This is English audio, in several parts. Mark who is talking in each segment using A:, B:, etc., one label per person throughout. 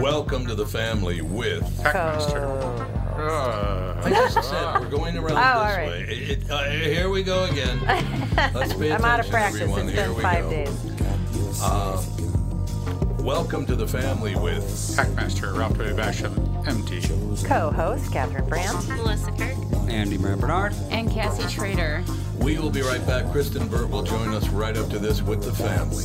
A: Welcome to the family with.
B: Packmaster.
A: I just said we're going around
C: Oh,
A: this
C: all right.
A: way. It, it, uh, here we go again. Let's pay
C: I'm out of
A: attention,
C: practice.
A: Everyone.
C: It's
A: here
C: been
A: we
C: five
A: go.
C: days.
A: Welcome to the family with.
B: Packmaster, Ralph W. Basham, MD.
C: Co-host Catherine Brandt.
D: Melissa Kirk.
E: Andy Matt Bernard.
B: Uh,
D: And Cassie Trader.
A: We will be right back. Kristen Burt will join us right after this with the family.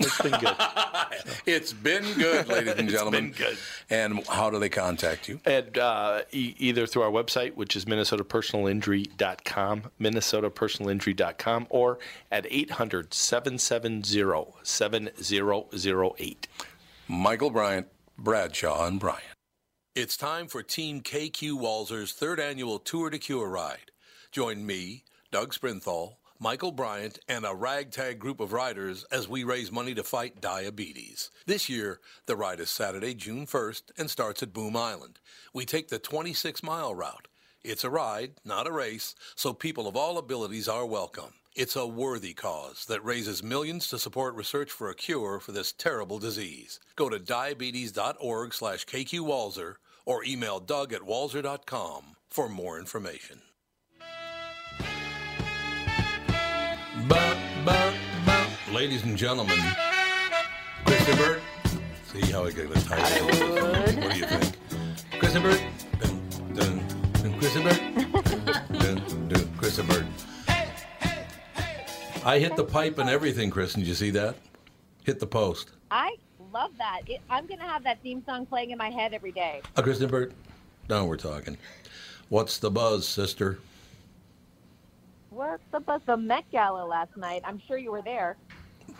F: It's been good.
A: It's been good, ladies and gentlemen.
F: been good.
A: And how do they contact you?
F: And uh, e- either through our website, which is minnesotapersonalinjury.com, minnesotapersonalinjury.com, or at 800-770-7008.
A: Michael Bryant, Bradshaw, and Bryant. It's time for Team KQ Walzer's third annual Tour to Cure ride. Join me, Doug Sprinthal, Michael Bryant, and a ragtag group of riders as we raise money to fight diabetes. This year, the ride is Saturday, June 1st, and starts at Boom Island. We take the 26 mile route. It's a ride, not a race, so people of all abilities are welcome. It's a worthy cause that raises millions to support research for a cure for this terrible disease. Go to diabetes.org slash kqwalzer or email doug at walzer.com for more information. Ba, ba, ba. Ladies and gentlemen, Kristen Burt. See how I get a title. What do you think? Kristen Burt. Dun, dun, dun, Kristen Burt. dun, dun, Kristen Burt. I hit the pipe and everything, Kristen. Did you see that? Hit the post.
G: I love that. It, I'm going to have that theme song playing in my head every day.
A: Uh, Kristen Burt. Now we're talking. What's the buzz, sister?
G: What's up with the Met Gala last night? I'm sure you were there.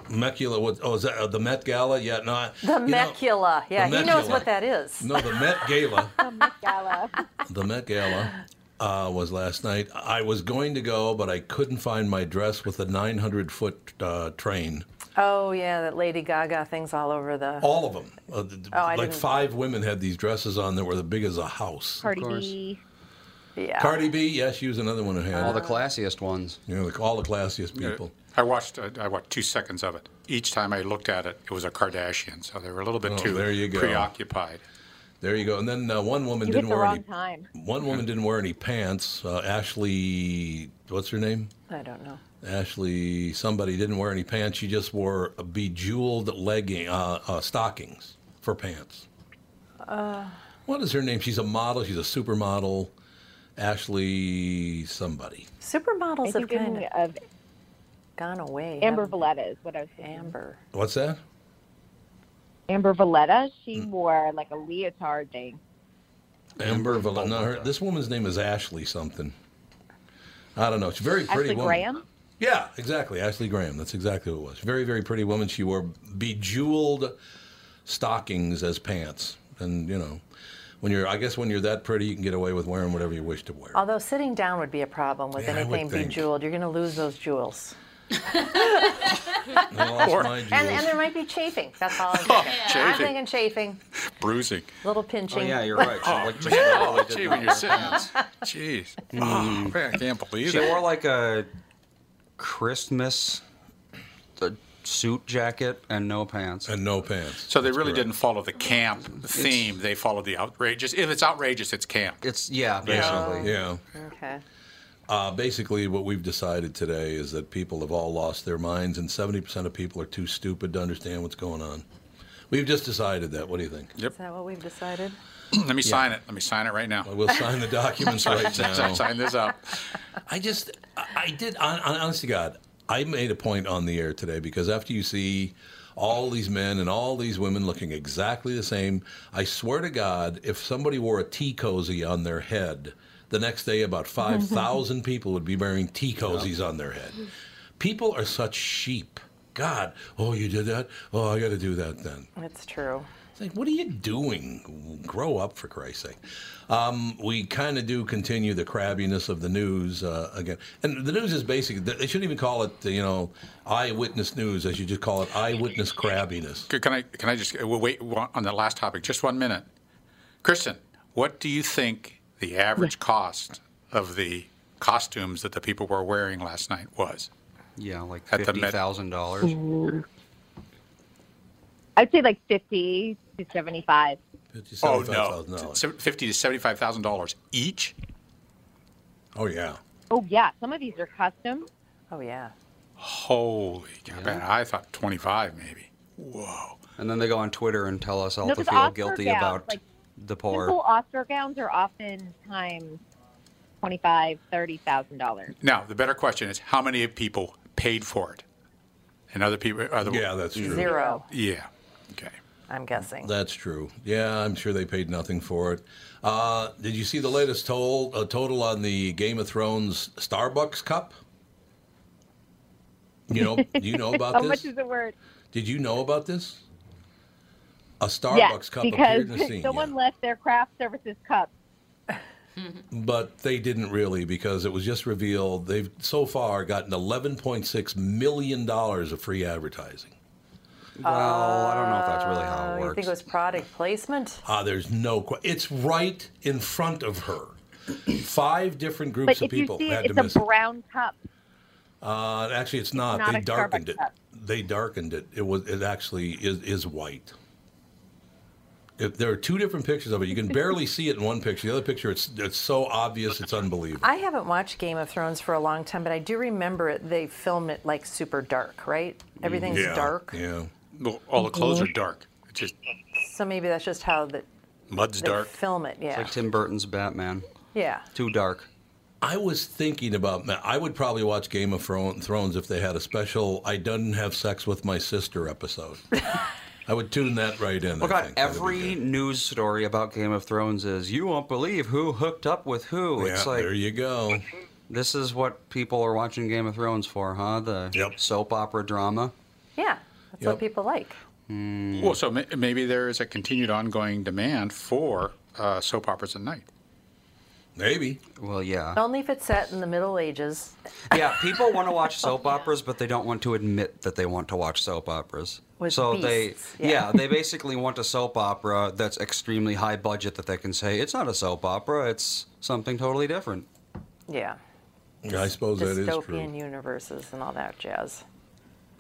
A: Mecula. What, oh, is that uh, the Met Gala? Yeah, no. I-
C: The
A: you know-
C: Mecula. Yeah,
A: the
C: he knows
A: Mecula.
C: what that is.
A: no, the Met Gala.
G: The Met Gala.
A: the Met Gala uh, was last night. I was going to go, but I couldn't find my dress with the 900 foot uh, train.
C: Oh yeah, that Lady Gaga thing's all over the.
A: All of them. Uh, th-
C: Oh, I
A: like
C: didn't-
A: five women had these dresses on that were the big as a house.
G: Cardi
E: course.
G: B.
C: yeah.
A: Cardi B, yeah, she was another one who had
E: All
A: all
E: the
A: the,
E: classiest ones.
A: you know, like all the classiest people.
B: I watched, uh, I watched two seconds of it. Each time I looked at it, it was a Kardashian, so they were a little bit
A: Oh,
B: too
A: there you go.
B: preoccupied.
A: There you go. And then uh, one woman
G: You hit
A: didn't
G: the
A: wear any.
G: wrong time.
A: One woman didn't wear any pants. Uh, Ashley, what's her name?
C: I don't know.
A: Ashley, somebody didn't wear any pants. She just wore a bejeweled legging, uh, uh, stockings for pants.
G: Uh.
A: what is her name? She's a model. She's a supermodel. Ashley, somebody.
C: Supermodels
G: I'm
C: have kind
G: thinking
C: of
G: of
C: gone away.
G: uh, Amber
C: haven't
G: Valletta is what I was
C: they?
G: thinking.
C: Amber.
A: What's that?
G: Amber Valletta, she
A: Mm.
G: wore like a leotard thing.
A: Amber Valen- no, her This woman's name is Ashley something. I don't know. She's a very pretty
G: Ashley
A: woman.
G: Graham.
A: Yeah, exactly. Ashley Graham. That's exactly what it was. Very, very pretty woman. She wore bejeweled stockings as pants. And, you know, when you're, I guess when you're that pretty, you can get away with wearing whatever you wish to wear.
C: Although sitting down would be a problem with
A: Yeah, I would
C: anything
A: think.
C: bejeweled, you're going to lose those jewels.
A: I lost my
C: And,
A: jewels.
C: and there might be chafing. That's all I'm
A: Oh,
C: thinking. I'm
B: chafing.
C: thinking chafing,
B: Bruising.
C: little pinching.
E: Oh, yeah, you're right. She, looked just
B: Oh, gee, when you're sitting. Jeez. Oh, man, I can't believe
E: she
B: it.
E: wore like a Christmas the suit jacket and no pants.
A: and no pants.
B: So they really didn't follow the camp theme. they followed the outrageous. If it's outrageous, it's camp.
E: It's yeah,
B: Yeah.
E: basically.
A: Yeah.
C: Okay.
A: Uh, basically, what we've decided today is that people have all lost their minds, and 70% of people are too stupid to understand what's going on. We've just decided that. What do you think?
C: Is that what we've decided?
B: Let me sign it. Let me sign it right now.
A: We'll sign the documents right now.
B: sign this up.
A: I just, I I did, hon- hon- honest to God, I made a point on the air today because after you see all these men and all these women looking exactly the same, I swear to God, if somebody wore a tea cozy on their head, the next day about 5,000 people would be wearing tea cozies on their head. People are such sheep. God, oh, you did that? Oh, I got to do that then.
C: It's true.
A: It's like, what are you doing? Grow up, for Christ's sake. Um, we kind of do continue the crabbiness of the news uh, again. And the news is basically, they shouldn't even call it, you know, eyewitness news. They should just call it eyewitness crabbiness.
B: C- Can I, can I just, uh, we'll wait one- on the last topic, just one minute. Kristen, what do you think the average cost of the costumes that the people were wearing last night was?
E: Yeah, like
B: At the Met-
E: fifty thousand dollars.
G: I'd say like fifty to seventy-five.
B: Oh, no.
A: $75,000.
B: Se- Fifty to seventy-five thousand dollars each?
A: Oh, yeah.
G: Oh yeah, some of these are custom.
C: Oh, yeah.
B: Holy cow, man, I thought twenty-five maybe.
E: And then they go on Twitter and tell us all
G: No,
E: to
G: 'cause
E: feel
G: Oscar
E: guilty
G: gowns,
E: about
G: like,
E: the poor.
G: Simple Oscar gowns are often times twenty-five, thirty thousand dollars.
B: Now, the better question is, how many people paid for it? And other people, other,
A: Yeah, that's true.
C: Zero,
B: yeah, okay.
C: I'm guessing.
A: That's true. Yeah, I'm sure they paid nothing for it. Uh, did you see the latest total, uh, total on the Game of Thrones Starbucks cup? You know, do you know about
G: How
A: this?
G: much Oh, is it worth?
A: Did you know about this? A Starbucks
G: Yeah,
A: cup
G: because
A: appeared in the scene,
G: someone
A: yeah.
G: left their craft services cup.
A: but they didn't really because it was just revealed they've so far gotten eleven point six million dollars of free advertising.
E: well, I don't know if that's really how
C: Oh,
E: it
C: you
E: works.
C: think it was product placement?
A: Ah, there's no qu- it's right in front of her. Five different groups
G: But
A: of
G: if you
A: people
G: see
A: had
G: it,
A: to
G: it's
A: miss
G: a
A: it.
G: brown cup.
A: Uh, actually, it's not.
G: not
A: they
G: a Starbucks
A: darkened it.
G: cup.
A: They darkened it. It was. It actually is is white. If there are two different pictures of it. You can barely see it in one picture. The other picture, it's it's so obvious, it's unbelievable.
C: I haven't watched Game of Thrones for a long time, but I do remember it, they filmed it like super dark, right? Everything's dark.
A: Mm-hmm. Yeah.
B: Well, all the clothes are dark. It's just
C: So maybe that's just how that
B: mud's
C: they
B: dark.
C: film it. Yeah.
E: like Tim Burton's Batman.
C: yeah.
E: Too dark.
A: I was thinking about. I would probably watch Game of Thro- Thrones if they had a special "I didn't have sex with my sister" episode. I would tune that right in.
E: Oh
A: I
E: God!
A: think. That would be
E: Every
A: good.
E: news story about Game of Thrones is you won't believe who hooked up with who.
A: Yeah,
E: it's like
A: there you go.
E: this is what people are watching Game of Thrones for, huh? The
A: Yep.
E: soap opera drama.
C: Yeah. That's
A: Yep.
C: what people like. Mm.
B: Well, so ma- maybe there is a continued ongoing demand for uh, soap operas at night.
A: Maybe.
E: Well, yeah.
C: Only if it's set in the Middle Ages.
E: Yeah, people want to watch soap operas, but they don't want to admit that they want to watch soap operas.
C: With
E: so
C: beasts,
E: they,
C: yeah.
E: yeah. they basically want a soap opera that's extremely high budget that they can say it's not a soap opera; it's something totally different.
C: Yeah.
A: I suppose that is true.
C: Dystopian universes and all that jazz.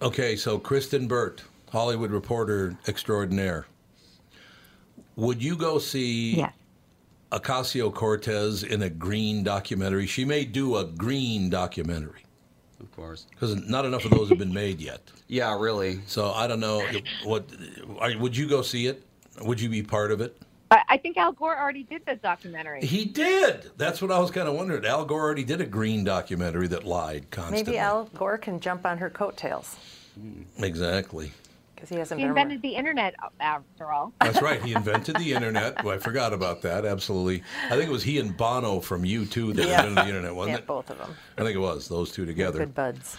A: Okay, so Kristen Burt, Hollywood reporter extraordinaire. Would you go see Ocasio Cortez in a green documentary? She may do a green documentary
E: Of course.
A: because not enough of those have been made yet.
E: Yeah, really.
A: So I don't know what. Are, would you go see it? Would you be part of it?
G: I, I think Al Gore already did the documentary.
A: He did. That's what I was kind of wondering. Al Gore already did a green documentary that lied constantly.
C: Maybe Al Gore can jump on her coattails
A: Exactly.
C: because he hasn't
G: He
C: been
G: invented
C: around.
G: the internet, after all.
A: That's right. He invented the internet. Well, I forgot about that. Absolutely. I think it was he and Bono from U2 that
C: Yeah.
A: invented the internet, wasn't
C: Yeah,
A: it?
C: both of them.
A: I think it was those two together.
C: Good buds.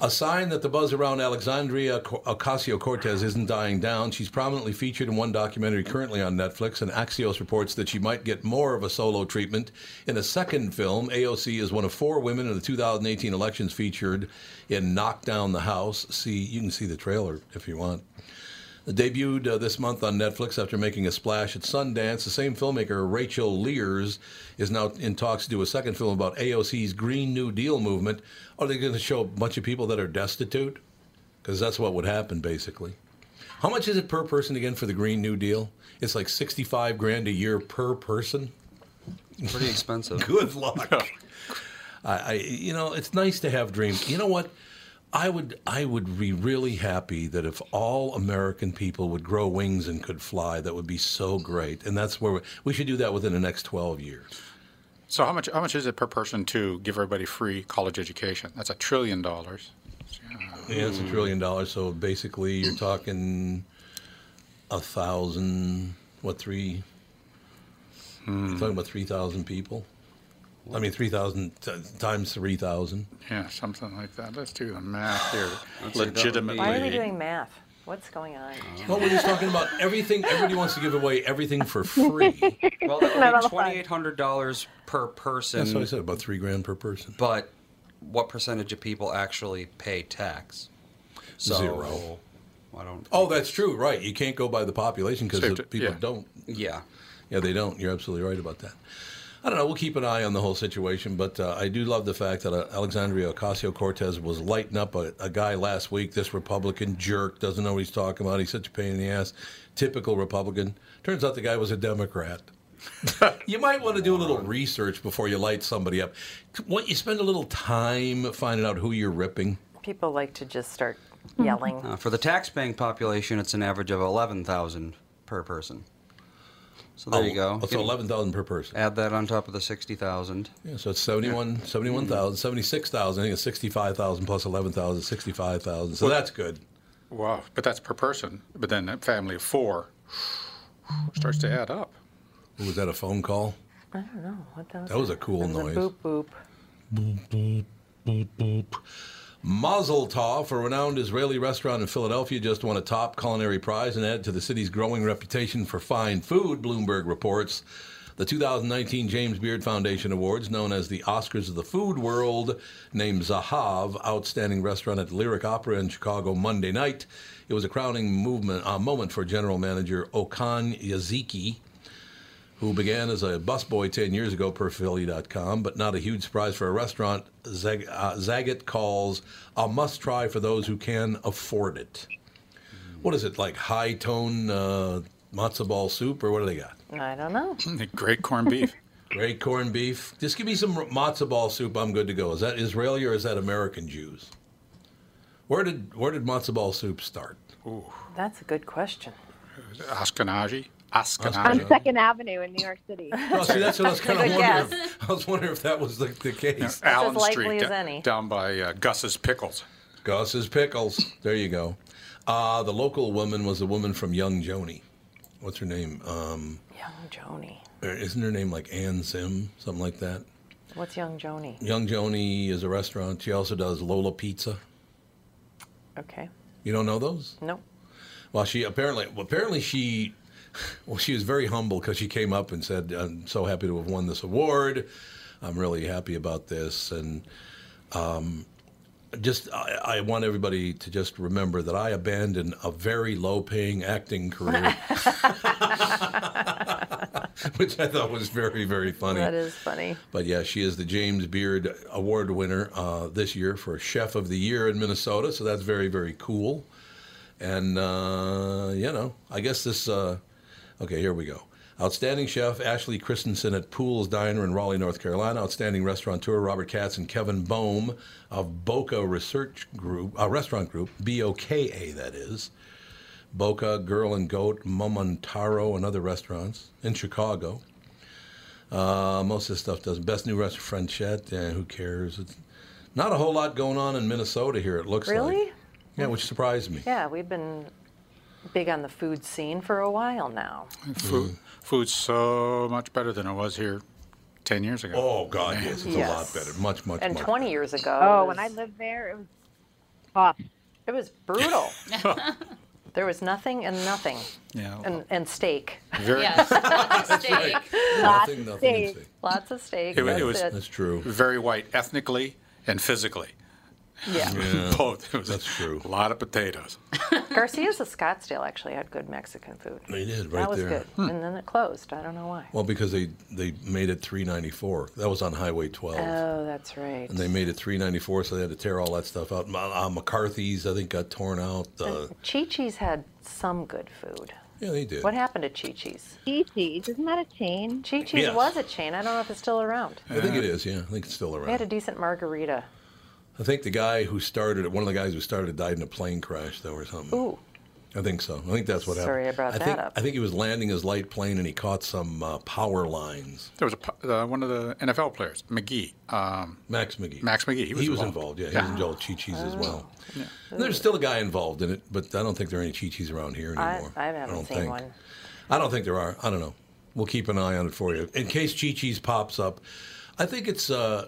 A: A sign that the buzz around Alexandria Ocasio Cortez isn't dying down. She's prominently featured in one documentary currently on Netflix, and Axios reports that she might get more of a solo treatment in a second film. AOC is one of four women in the 2018 elections featured in Knock Down the House. See, you can see the trailer if you want. Debuted uh, this month on Netflix after making a splash at Sundance, the same filmmaker, Rachel Lears, is now in talks to do a second film about AOC's Green New Deal movement. Are they going to show a bunch of people that are destitute? Because that's what would happen, basically. How much is it per person again for the Green New Deal? It's like 65 grand a year per person.
E: Pretty expensive.
A: Good luck. I, I, you know, it's nice to have dreams. You know what? I would, I would be really happy that if all American people would grow wings and could fly, that would be so great. And that's where we, we should do that within the next twelve years.
B: So how much how much is it per person to give everybody free college education? That's a trillion dollars.
A: Yeah, it's a trillion dollars. So basically, you're talking a thousand, what three? You're talking about three thousand people. I mean, three thousand t- times three thousand.
B: Yeah, something like that. Let's do the math here.
E: see, that would be-
B: Legitimately.
C: Why are we doing math? What's going on?
A: Well, we're just talking about everything. Everybody wants to give away everything for free.
G: Not all
E: Well, that
G: the fun.
E: twenty eight hundred dollars per person.
A: That's what I said. About three grand per person.
E: But what percentage of people actually pay tax? So,
A: Zero.
E: I don't.
A: Oh, that's true. Right. You can't go by the population because
B: Saved it,
A: people
B: yeah.
A: don't.
E: yeah.
A: Yeah, they don't. You're absolutely right about that. I don't know. We'll keep an eye on the whole situation, but uh, I do love the fact that uh, Alexandria Ocasio Cortez was lighting up a, a guy last week. This Republican jerk doesn't know what he's talking about. He's such a pain in the ass. Typical Republican. Turns out the guy was a Democrat. you might want to do a little research before you light somebody up. What you spend a little time finding out who you're ripping.
C: People like to just start yelling.
E: Uh, for the tax-paying population, it's an average of eleven thousand per person. So there you go.
A: Oh, So eleven thousand per person.
E: Add that on top of the sixty thousand.
A: Yeah, so it's 71, 71,000, 76,000, I think it's 65,000 plus 11,000, 65,000. So that's good.
B: Wow, but that's per person. But then that family of four starts to add up.
A: Ooh, Was that a phone call?
C: I don't know. What the
A: That was a cool
C: It was
A: noise.
C: A boop boop.
A: Mazel Tov, a renowned Israeli restaurant in Philadelphia, just won a top culinary prize and added to the city's growing reputation for fine food, Bloomberg reports. The 2019 James Beard Foundation Awards, known as the Oscars of the Food World, named Zahav Outstanding Restaurant at Lyric Opera in Chicago Monday night. It was a crowning movement, uh, moment for general manager Okan Yaziki, who began as a busboy 10 years ago per Philly.com, but not a huge surprise for a restaurant Zag- uh, Zagat calls a must try for those who can afford it. What is it, like high tone uh, matzo ball soup, or what do they got?
C: I don't know.
B: Great corned beef.
A: Great corned beef. Just give me some matzo ball soup, I'm good to go. Is that Israeli or is that American Jews? Where did, where did matzo ball soup start?
C: That's a good question.
B: Ashkenazi.
G: on
B: Ashkenazi.
G: Second Avenue in New York City.
A: Oh, see, that's what I was kind of
C: Good
A: wondering. if- I was wondering if that was the, the case.
B: Allen
C: as likely
B: Street,
C: as
B: da-
C: any.
B: down by uh, Gus's Pickles.
A: Gus's pickles. There you go. Uh, the local woman was a woman from Young Joni. What's her name? Um, er,
C: Young Joni.
A: isn't her name like Ann Sim, something like that?
C: What's Young Joni?
A: Young Joni is a restaurant. She also does Lola Pizza.
C: Okay.
A: You don't know those?
C: Nope.
A: Well, she apparently, well, apparently she, well, she was very humble because she came up and said, "I'm so happy to have won this award. I'm really happy about this." And um, just, I, I want everybody to just remember that I abandoned a very low-paying acting career, which I thought was very, very funny.
C: That is funny.
A: But yeah, she is the James Beard Award winner uh, this year for Chef of the Year in Minnesota. So that's very, very cool. And, uh, you know, I guess this. Uh, okay, here we go. Outstanding chef Ashley Christensen at Pools Diner in Raleigh, North Carolina. Outstanding restaurateur Robert Katz and Kevin Bohm of Boca Research Group, uh, Restaurant Group, B O K A, that is. Boca, Girl and Goat, Momontaro, and other restaurants in Chicago. Uh, most of this stuff does. Best new restaurant, Frenchette. Yeah, who cares? It's not a whole lot going on in Minnesota here. It looks like.
C: Really?
A: Yeah, which surprised me.
C: Yeah, we've been big on the food scene for a while now.
B: Food,
C: Mm.
B: food's so much better than it was here 10 years ago.
A: Oh God, yes, it's a lot
C: Yes.
A: better. Much, much.
C: And
A: much
C: 20 years ago.
G: Oh,
C: it
G: when I
C: was-
G: lived there, it was tough.
C: It was brutal. there was nothing and nothing
B: Yeah.
C: and, and steak.
B: Very,
D: Yes. Steak.
A: better.
G: Lots
A: Nothing, nothing.
G: of
A: to
G: steak.
A: say.
C: Lots of steak.
B: It wa- it
C: that's
B: was-
A: That's true.
B: very white ethnically and physically.
C: Yeah.
B: Both. It was
A: That's true.
B: A lot of potatoes.
C: Garcia's of Scottsdale actually had good Mexican food.
A: They did, right
C: that was
A: there. Hmm.
C: good. And then it closed. I don't know why.
A: Well, because they, they made it 394. That was on Highway 12.
C: Oh, that's right.
A: and they made it 394, so they had to tear all that stuff out. Ma- Uh, McCarthy's, I think, got torn out. Uh,
C: Chi Chi's had some good food.
A: yeah, they did.
C: What happened to Chi Chi's?
G: Chi-Chi's, isn't that a chain?
C: Chi Chi's
A: Yes.
C: was a chain. I don't know if it's still around.
A: I think it is. Yeah, I think it's still
C: They
A: around.
C: had a decent margarita.
A: I think the guy who started it, one of the guys who started it, died in a plane crash though, or something.
C: Ooh,
A: I think so. I think that's what happened.
C: Sorry I brought that
A: think,
C: up.
A: I think he was landing his light plane and he caught some uh, power lines.
B: There was a, pu- uh, one of the NFL players, McGee. Um,
A: Max McGee.
B: Max McGee, he was
A: involved.
B: involved.
A: Yeah, he was involved. Chi Chi's
C: Oh.
A: as well. And there's still a guy involved in it, but I don't think there are any Chi Chi's around here
C: I,
A: anymore.
C: I haven't
A: don't
C: seen
A: think.
C: one.
A: I don't think there are. I don't know. We'll keep an eye on it for you in case Chi Chi's pops up. I think it's uh,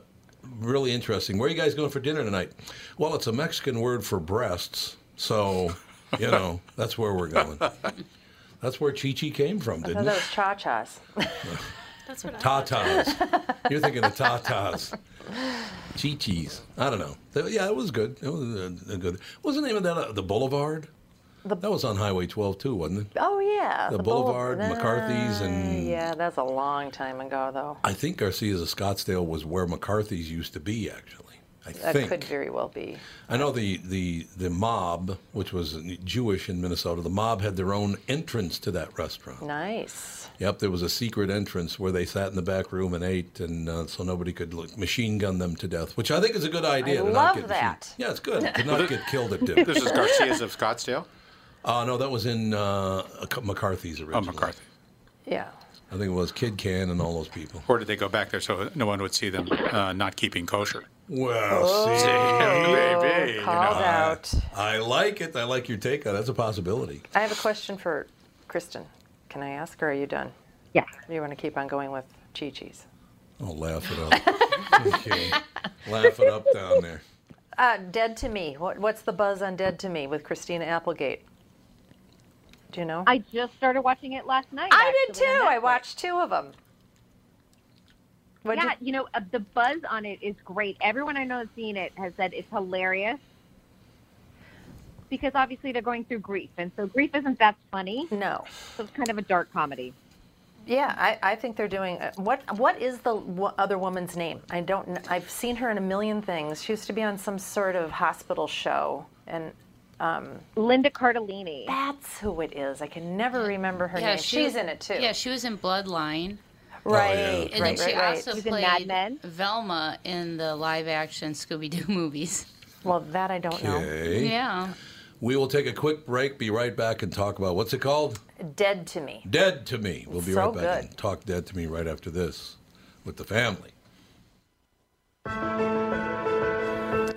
A: really interesting. Where are you guys going for dinner tonight? Well, it's a Mexican word for breasts, so you know that's where we're going. That's where Chi Chi came from,
C: No,
A: didn't it?
C: that was Cha Cha's.
D: That's what I
A: Tatas. You're thinking of tatas. Chi Chi's. I don't know. Th- Yeah, it was good. It was a, a good. What was the name of that? Uh, the Boulevard. that was on Highway 12 too, wasn't it?
C: Oh, yeah.
A: The
C: Boule-
A: Boulevard, McCarthy's, and-
C: Yeah, that's a long time ago, though.
A: I think Garcia's of Scottsdale was where McCarthy's used to be, actually. I
C: That
A: think.
C: could very well be.
A: I know the, the, the mob, which was Jewish in Minnesota, the mob had their own entrance to that restaurant.
C: Nice.
A: Yep, there was a secret entrance where they sat in the back room and ate, and uh, so nobody could look, machine gun them to death, which I think is a good idea. to
C: love
A: not get
C: that.
A: Machine. Yeah, it's good to not get killed at dinner.
B: this is Garcia's of Scottsdale.
A: Uh, no, that was in uh, McCarthy's
B: Oh,
A: originally.
B: McCarthy.
C: Yeah.
A: I think it was Kid Can and all those people.
B: Or did they go back there so no one would see them uh, not keeping kosher?
A: Well,
C: Oh.
B: Maybe. you
C: Called
B: know.
C: out.
A: I like it. I like your take on it. That's a possibility.
C: I have a question for Kristen. Can I ask, or are you done?
G: Yeah.
C: Do you want to keep on going with Chi Chi's?
A: Oh, laugh it up. okay. Laugh it up down there.
C: Uh, Dead to Me. What, what's the buzz on Dead to Me with Christina Applegate? Do you know?
G: I just started watching it last night.
C: I did
G: actually, on
C: too. I
G: Netflix.
C: watched two of them.
G: yeah, you know, uh, the buzz on it is great. Everyone I know that's seen it has said it's hilarious because obviously they're going through grief, and so grief isn't that funny.
C: No.
G: So it's kind of a dark comedy.
C: Yeah, I, I think they're doing uh, what what is the w- other woman's name? I don't kn- I've seen her in a million things. She used to be on some sort of hospital show and
G: Linda Cardellini.
C: that's who it is. I can never remember her name.
D: she-
C: She's in it too.
D: Yeah, she was in Bloodline,
C: right.
A: Oh, yeah.
D: and
C: Right,
D: then she
C: right, right.
D: also
G: She's in Mad
D: played
G: Men.
D: Velma in the live-action Scooby-Doo movies.
C: Well, that I don't know.
A: Okay.
D: Yeah,
A: We will take a quick break, be right back, and talk about what's it called?
C: Dead to me.
A: Dead to Me. We'll be
C: So
A: right back
C: good.
A: and talk Dead to Me right after this with the family.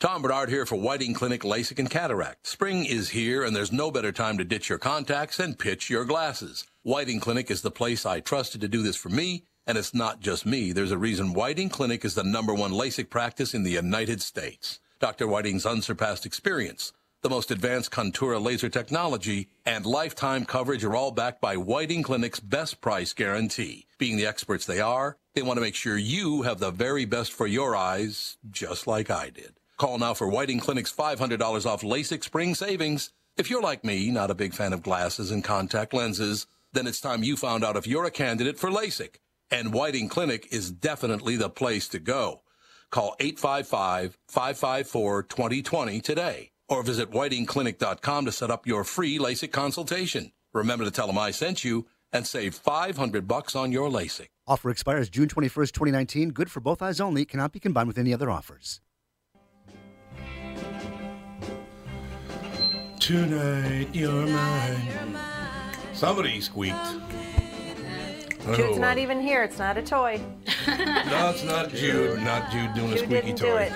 A: Tom Bernard here for Whiting Clinic LASIK and Cataract. Spring is here, and there's no better time to ditch your contacts and pitch your glasses. Whiting Clinic is the place I trusted to do this for me, and it's not just me. There's a reason Whiting Clinic is the number one LASIK practice in the United States. Dr. Whiting's unsurpassed experience, the most advanced Contura laser technology, and lifetime coverage are all backed by Whiting Clinic's best price guarantee. Being the experts they are, they want to make sure you have the very best for your eyes, just like I did. Call now for Whiting Clinic's $500 off LASIK spring savings. If you're like me, not a big fan of glasses and contact lenses, then it's time you found out if you're a candidate for LASIK. And Whiting Clinic is definitely the place to go. Call 855 554 2020 today. or visit whitingclinic.com to set up your free LASIK consultation. Remember to tell them I sent you and save 500 bucks on your LASIK.
H: Offer expires June 21st, 2019. Good for both eyes only. Cannot be combined with any other offers.
I: Tonight you're mine. Somebody squeaked. Oh,
C: Jude's not even here. It's not a toy.
I: no, it's not Jude. Not Jude doing a
C: Jude
I: squeaky
C: didn't do
I: toy.
C: it.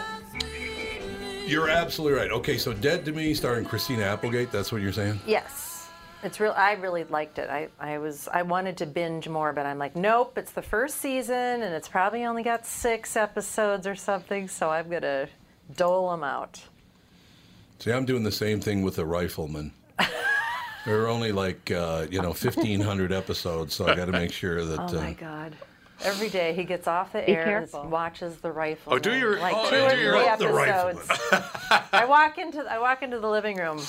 A: You're absolutely right. Okay, so Dead to Me starring Christina Applegate, that's what you're saying?
C: Yes. It's real. I really liked it. I, I was I wanted to binge more, but I'm like, nope. It's the first season, and it's probably only got six episodes or something. So I'm gonna dole them out.
A: See, I'm doing the same thing with The Rifleman. there are only like, uh, you know, 1,500 episodes, so I got to make sure that.
C: oh
A: uh,
C: my god! Every day he gets off the
A: Be
C: air
A: careful.
C: and watches the rifle.
A: Oh, do you-
C: Like
A: oh,
C: two
A: yeah,
C: or
A: do you
C: three
A: love The Rifleman?
C: episodes. I walk into I walk into the living room,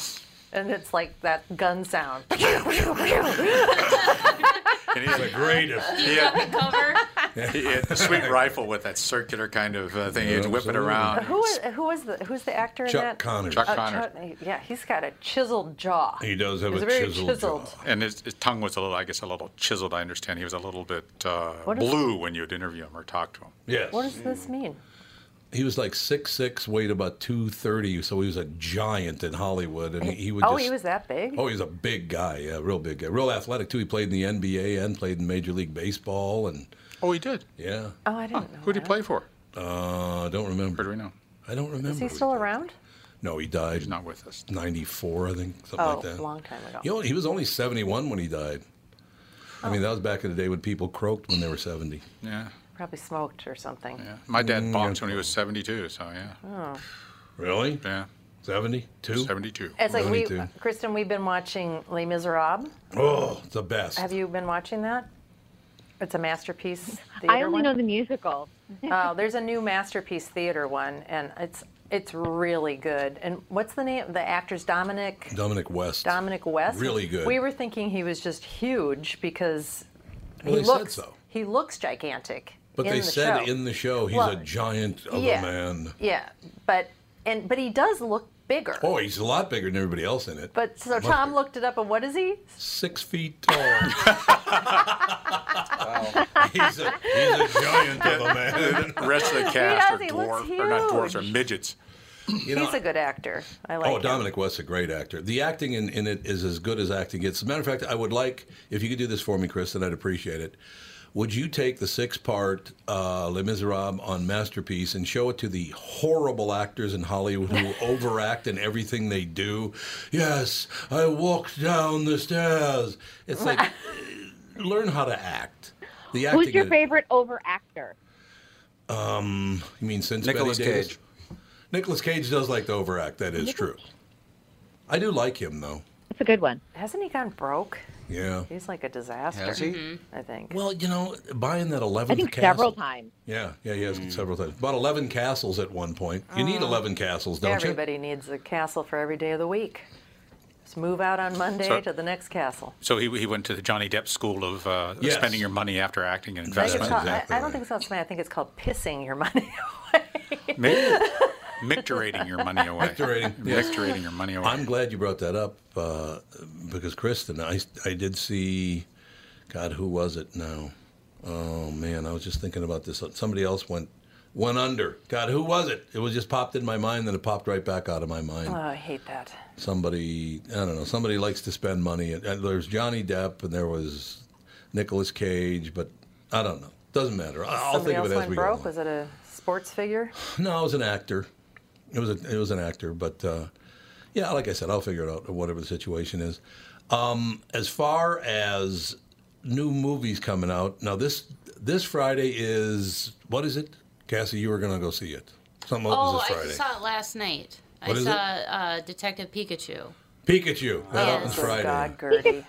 C: and it's like that gun sound.
B: And he had the
A: greatest.
B: He had, he had the sweet rifle with that circular kind of uh, thing. You'd whip it
C: Uh,
B: around.
C: who is who is the who's the actor
B: Chuck
C: in that?
B: Connors. Chuck Connors.
C: Chuck- Oh, yeah, he's got a chiseled jaw. He's very chiseled.
B: And his, his tongue was a little, I guess, a little chiseled. I understand he was a little bit uh,
C: What is-
B: blue when you'd interview him or talk to him.
A: Yes.
C: What does this mean?
A: He was like six six, weighed about 230, so he was a giant in Hollywood. And he, he would
C: oh,
A: just-
C: he was that big.
A: Oh, he's a big guy, yeah, real big guy, real athletic too. He played in the NBA and played in Major League Baseball, and
B: oh, he did.
A: Yeah.
C: Oh, I didn't know.
B: Who did he play for?
A: Uh, I don't remember.
B: do we know?
A: I don't remember.
C: Is he still around?
A: no, he died. He's
B: not with us.
A: Ninety-four, I think, something
C: oh,
A: like that.
C: a long time ago.
A: You know, he was only seventy-one when he died. I mean, that was back in the day when people croaked when they were seventy.
B: Yeah.
C: Probably smoked or something.
B: My
A: Mm,
B: dad boxed when he was 72, so yeah.
C: Oh.
A: Really?
B: Yeah.
A: 72?
B: 72.
C: It's like we, Kristen, we've been watching Les Miserables.
A: Oh, the best.
C: Have you been watching that? It's a masterpiece. Theater
G: I only
C: one.
G: know the musical.
C: oh, there's a new masterpiece theater one, and it's it's really good. And what's the name? The actor's Dominic
A: Dominic West.
C: Dominic West.
A: Really good.
C: We were thinking he was just huge because
A: Well,
C: he
A: they said
C: looks
A: so.
C: he looks gigantic.
A: But
C: in
A: they
C: the
A: said
C: show.
A: in the show he's
C: Well,
A: a giant of
C: yeah.
A: a man.
C: yeah, but and but he does look bigger.
A: Oh, he's a lot bigger than everybody else in it.
C: But so
A: Much
C: Tom looked it up, and what is he?
A: six feet tall. He's a, he's a giant of a man.
B: The rest of the
C: He
B: cast
C: does,
B: are
C: he looks
B: dwarf, or not dwarfs, are
C: huge.
B: midgets.
A: You know,
C: He's a good actor. I like.
A: oh,
C: him.
A: Dominic West's a great actor. The acting in, in it is as good as acting gets. As a matter of fact, I would like, if you could do this for me, Chris, then I'd appreciate it. Would you take the six part uh, Les Miserables on Masterpiece and show it to the horrible actors in Hollywood who overact in everything they do? Yes, I walked down the stairs. It's like, learn how to act. The acting
G: Who's your
A: in it-
G: favorite over actor?
A: Um, you mean since
E: Nicolas
A: Betty Davis? Nicholas Cage does like to overact. That is true. I do like him though.
G: That's a good one.
C: Hasn't he gone broke?
A: Yeah.
C: He's like a disaster.
A: Has he? Mhm.
C: I think.
A: Well, you know, buying that
G: I
A: eleventh
G: think
A: castle.
G: several times.
A: Yeah, yeah, he has several times. Bought eleven castles at one point. You need
G: Uh,
C: Oh.
A: eleven castles, don't
C: Everybody needs a castle for every day of the week. Just move out on Monday
B: So-
C: to the next castle.
B: So he, he went to the Johnny Depp school of uh,
A: Yes.
B: spending your money after acting and
C: I, think
B: investment.
C: it's called- I- I don't think it's called spending. I think it's called pissing your money.
B: Maybe micturating your money
A: you?
B: away.
A: Micturating.
B: Micturating your money away.
A: I'm glad you brought that up uh, because Kristen, I I did see, God, who was it now? Oh man, I was just thinking about this. Somebody else went went under. God, who was it? It was just popped in my mind, then it popped right back out of my mind.
C: oh, I hate that.
A: somebody I don't know somebody likes to spend money. And, and there was Johnny Depp and there was Nicolas Cage, but I don't know. Doesn't matter. I- I'll
C: Somebody
A: think of
C: else
A: it as
C: went
A: we
C: broke.
A: go.
C: Was it a sports figure?
A: along. No, I was an actor. It was a, it was an actor, but uh, yeah, like I said, I'll figure it out whatever the situation is. Um, as far as new movies coming out, now this this Friday is what is it? Cassie, you were gonna go see it. Something
D: Oh,
A: opens this
D: I
A: Friday.
D: saw it last night.
A: What
D: I
A: is
D: saw
A: it?
D: Uh, Detective Pikachu.
A: Pikachu. That opens
D: Yes.
A: Friday.
C: God, Gertie.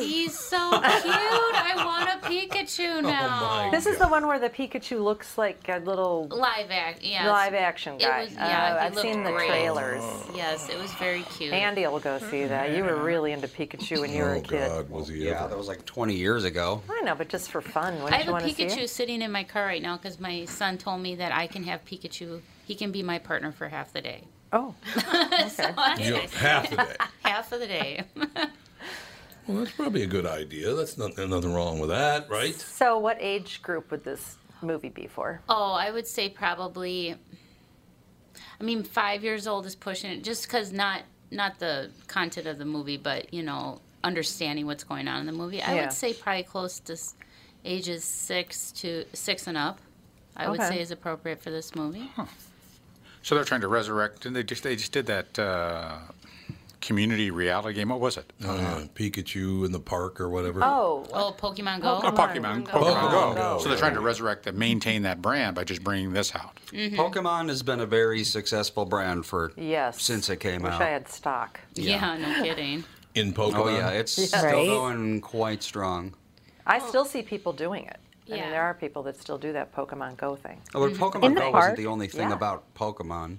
D: He's so cute. I want a
A: Oh
D: Pikachu now.
C: This is the one where the Pikachu looks like a little
D: live act. Yeah.
C: live action
D: It
C: guy.
D: was- yeah,
C: Uh,
D: he
C: I've
D: looked
C: seen the
D: great.
C: trailers.
D: Yes, it was Mm-hmm. very cute.
C: Andy will go see that. You were really into Pikachu when you
E: Oh,
C: were a kid.
A: Oh, was he
E: Yeah, that was like 20 years ago.
C: I know, but just for fun. Wouldn't
D: I have
C: you
D: a
C: want to see it?
D: Pikachu sitting in my car right now because my son told me that I can have Pikachu. He can be my partner for half the day.
C: Oh.
D: so I-
A: You have half the day.
D: Half of the day.
A: Well, that's probably a good idea. That's not, there's nothing wrong with that, right?
C: So, what age group would this movie be for?
D: Oh, I would say probably. I mean, five years old is pushing it, just because not not the content of the movie, but you know, understanding what's going on in the movie. I
C: Yeah.
D: would say probably close to s- ages six to six and up. I would
B: Okay.
D: say is appropriate for this movie.
B: So they're trying to resurrect, and they just they just did that uh, community reality game. What was it?
A: Uh, Pikachu in the park or whatever.
C: Oh,
D: oh, Pokemon Go.
B: Oh, Pokemon, Pokemon,
A: Pokemon
B: Go.
A: Go.
B: So they're trying to resurrect and maintain that brand by just bringing this out.
C: Mm-hmm.
D: Mhm.
E: Pokemon has been a very successful brand for
C: Yes.
E: since it came
C: Wish
E: out.
C: I had stock.
D: Yeah,
E: Yeah.
D: no kidding.
A: in Pokemon.
E: Oh yeah, it's
C: Yeah.
E: still
C: Right?
E: going quite strong.
C: I still see people doing it. I
D: Oh. Yeah.
C: mean, there are people that still do that Pokemon Go thing.
E: Oh, but
C: Mm-hmm. In
E: Pokemon
C: the
E: Go
C: park?
E: isn't the only thing
C: Yeah.
E: about Pokemon.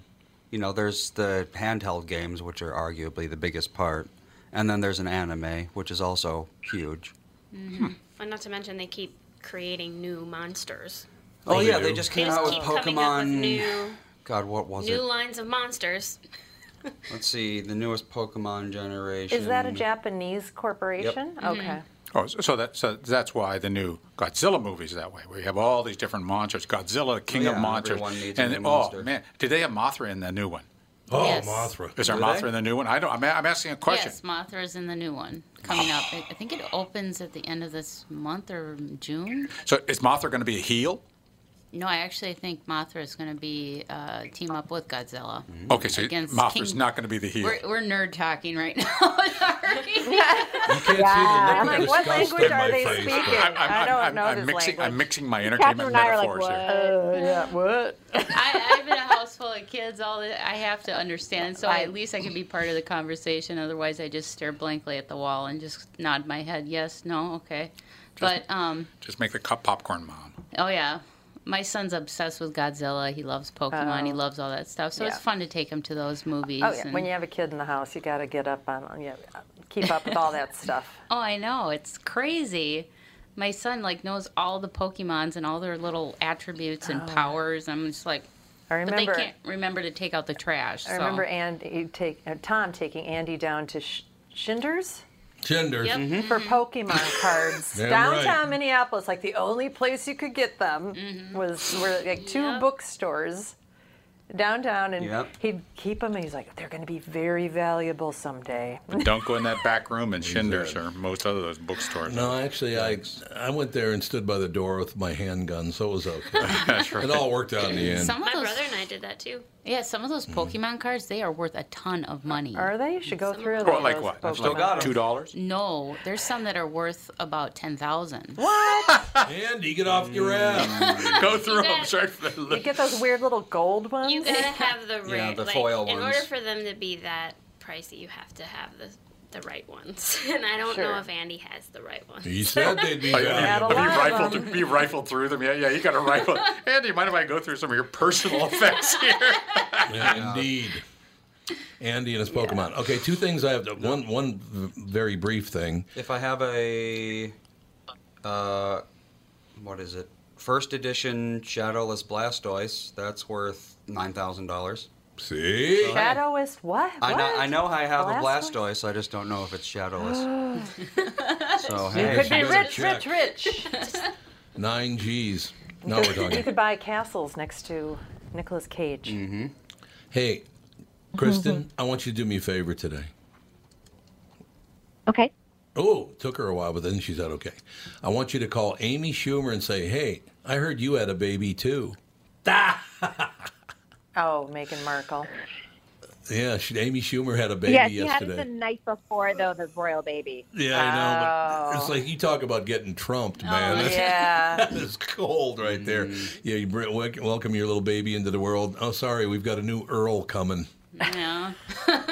E: You know, there's the handheld games, which are arguably the biggest part, and then there's an anime, which is also huge.
J: hmm And not to mention, they keep creating new monsters.
E: Oh,
J: Like,
E: yeah, they just came out with
J: keep coming up with
E: Pokemon-
J: new,
E: God, what was
J: new
E: it?
J: lines of monsters.
E: Let's see, the newest Pokemon generation.
C: Is that a Japanese corporation?
E: Mhm.
D: Mm-hmm.
C: Okay.
B: Oh, so- so that so that's why the new Godzilla movies that way. We have all these different monsters: Godzilla, King
E: yeah,
B: of Monsters,
E: everyone needs a
B: and
E: new
B: oh
E: monster.
B: man, did they have Mothra in the new one?
A: Oh, Yes. Mothra.
B: Is there
A: Do
B: Mothra
A: they?
B: in the new one? I don't. I'm, I'm asking a question.
D: Yes, Mothra is in the new one coming up. I I think it opens at the end of this month or June.
B: So is Mothra going to be a heel?
D: No, I actually think Mothra is going to be uh, team up with Godzilla.
B: Okay, so
D: Against
B: Mothra's
D: King-
B: not going to be the heel.
D: We're, we're nerd talking right now. Sorry.
A: can't
C: Yeah. I'm
B: look of
C: like, what
B: disgust
C: language
B: on my
C: are they
B: face.
C: speaking?
B: I'm, I'm,
C: I don't
B: I'm,
C: know
B: I'm
C: this
B: mixing,
C: language.
B: I'm mixing my entertainment metaphors here.
C: yeah, what?
D: I, I'm in a house full of kids. All that I have to understand, so I, at least I can be part of the conversation. Otherwise, I just stare blankly at the wall and just nod my head, yes, no, okay. But um,
B: Just make the cup popcorn, mom.
D: Oh yeah. My son's obsessed with Godzilla. He loves Pokemon. He
C: Oh.
D: loves all that stuff. So it's
C: Yeah.
D: fun to take him to those movies.
C: Oh, yeah.
D: and-
C: When you have a kid in the house, you got to get up on, yeah, keep up with all that stuff.
D: oh, I know. It's crazy. My son like knows all the Pokemons and all their little attributes and
C: Oh.
D: powers. I'm just like,
C: I
D: But
C: remember-
D: they can't remember to take out the trash.
C: I
D: so.
C: remember Andy take, uh, Tom taking Andy down to sh- Shinders
A: Gender.
C: for Pokemon cards.
A: Damn
C: Downtown
A: right.
C: Minneapolis, like the only place you could get them was were like two bookstores downtown, and
B: Yep.
C: he'd keep them. And he's like, "They're going to be very valuable someday."
B: But don't go in that back room in Shinders or most other those bookstores.
A: No, actually, I I went there and stood by the door with my handgun, so it was okay. It all worked out in the end.
D: Some of
J: My
D: those-
J: brother and I did that too.
D: Yeah, some of those
A: Mm-hmm.
D: Pokemon cards they are worth a ton of money.
C: Are they? You should go through.
B: Well, like what?
C: Pokemon
B: Still got 'em. Two dollars?
D: No, there's some that are worth about ten thousand.
A: Andy, get off your ass.
B: Go through them. Sorry for the
C: You get those weird little gold ones.
J: You gotta have the right,
C: the
J: like,
C: foil
J: in
C: ones.
J: order for them to be that pricey, you have to have the the right ones. And I don't
C: Sure.
J: know if Andy has the right ones.
C: Mm.
A: He said they'd be
B: Oh, yeah,
A: valuable.
B: you, you rifled, through- you rifled through them. Yeah, yeah, you got to rifle. Andy, mind if I go through some of your personal effects here?
A: Yeah, indeed. Andy and his Pokemon. Okay, two things I have. To, One one v- very brief thing.
E: If I have a, uh, what is it? First edition Shadowless Blastoise. That's worth nine thousand dollars.
A: See,
C: Shadowist what?
E: I know.
C: What?
E: I know I have
C: Blastoise?
E: a Blastoise. I just don't know if it's Shadowless. so
A: You
E: hey,
A: could be
E: here's a
A: rich,
E: check.
A: rich,
C: rich.
A: Nine G's. Now we're
C: you
A: talking.
C: could buy castles next to Nicolas Cage.
A: Mm-hmm. Hey, Kristen, I want you to do me a favor today.
G: Okay.
A: Oh, took her a while, but then she said okay. I want you to call Amy Schumer and say, "Hey, I heard you had a baby too."
C: Oh, Meghan Markle.
A: Yeah, she, Amy Schumer had a baby
G: yes, you had it
A: yesterday.
G: the night before though the royal baby. Oh.
A: Yeah, I know, but
C: Oh.
A: it's like you talk about getting trumped, man. That's-
G: yeah.
A: that is cold right there.
C: Mm.
A: Yeah, you br- wel- welcome your little baby into the world. Oh, sorry, we've got a new Earl coming.
D: Yeah.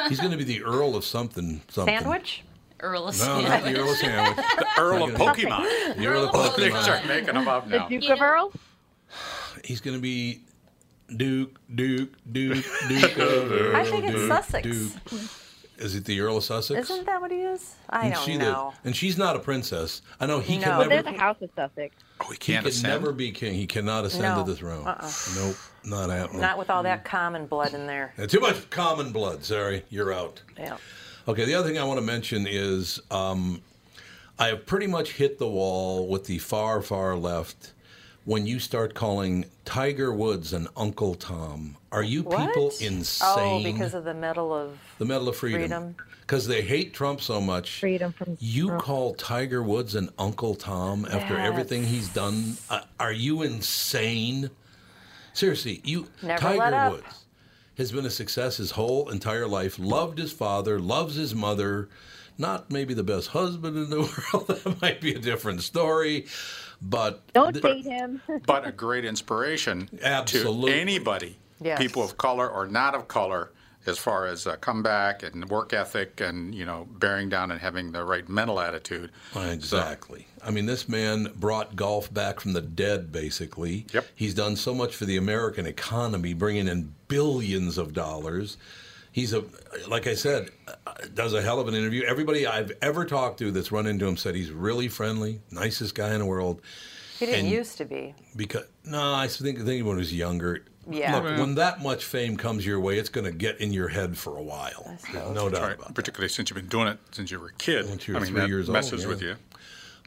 A: He's going to be the Earl of something. something.
C: Sandwich?
D: Earl of
A: No, not the Earl of Sandwich.
B: The Earl of Pokemon.
A: The Earl of
B: They
A: Pokemon.
B: start making them up now.
G: Duke of Earl?
A: He's going to be Duke, Duke, Duke, Duke. of Earl,
C: I think it's
A: Duke,
C: Sussex.
A: Duke. Is it the Earl of Sussex?
C: Isn't that what he is? I
A: And
C: don't
A: she the-
E: Mm-hmm.
C: know.
A: and she's not a princess. I know he
C: No.
A: can
G: Well,
A: never.
G: there's a house of Sussex.
B: Oh, he can't
A: He could
B: ascend?
A: never be king. He cannot ascend
C: No.
A: to the throne.
C: Uh-uh.
A: Nope, not happening.
C: Not with all that common blood in there.
A: Uh, Too much common blood. Sorry, you're out.
C: Yeah.
A: Okay, the other thing I want to mention is um, I have pretty much hit the wall with the far, far left when you start calling Tiger Woods an Uncle Tom. Are you people
C: What? Oh,
A: insane?
C: because of the Medal of
A: the Medal of Freedom.
C: Freedom.
A: Because they hate Trump so much.
G: Freedom from
A: You call Tiger Woods an Uncle Tom after everything he's done? Uh, are you insane? Seriously, you
C: Never
A: Tiger
C: let up.
A: Woods has been a success his whole entire life. Loved his father, loves his mother. Not maybe the best husband in the world. that might be a different story, but
G: Don't date him.
B: but a great inspiration
A: Absolutely.
B: to anybody,
G: Yes.
B: people of color or not of color, as far as uh, comeback and work ethic and you know bearing down and having the right mental attitude.
A: Exactly. I mean, this man brought golf back from the dead, basically. Yep. He's done so much for the American economy, bringing in billions of dollars. He's a, like I said, uh, does a hell of an interview. Everybody I've ever talked to that's run into him said he's really friendly, nicest guy in the world.
C: He didn't
A: And-
C: used to be.
A: Because no, I think think when he was younger.
C: Yeah.
A: Look,
C: Yeah.
A: when that much fame comes your way, it's going to get in your head for a while. There's no doubt about it.
B: Particularly since you've been doing it since you were a kid.
A: Since you were
B: I mean,
A: three
B: that
A: years old,
B: messes
A: yeah.
B: with you.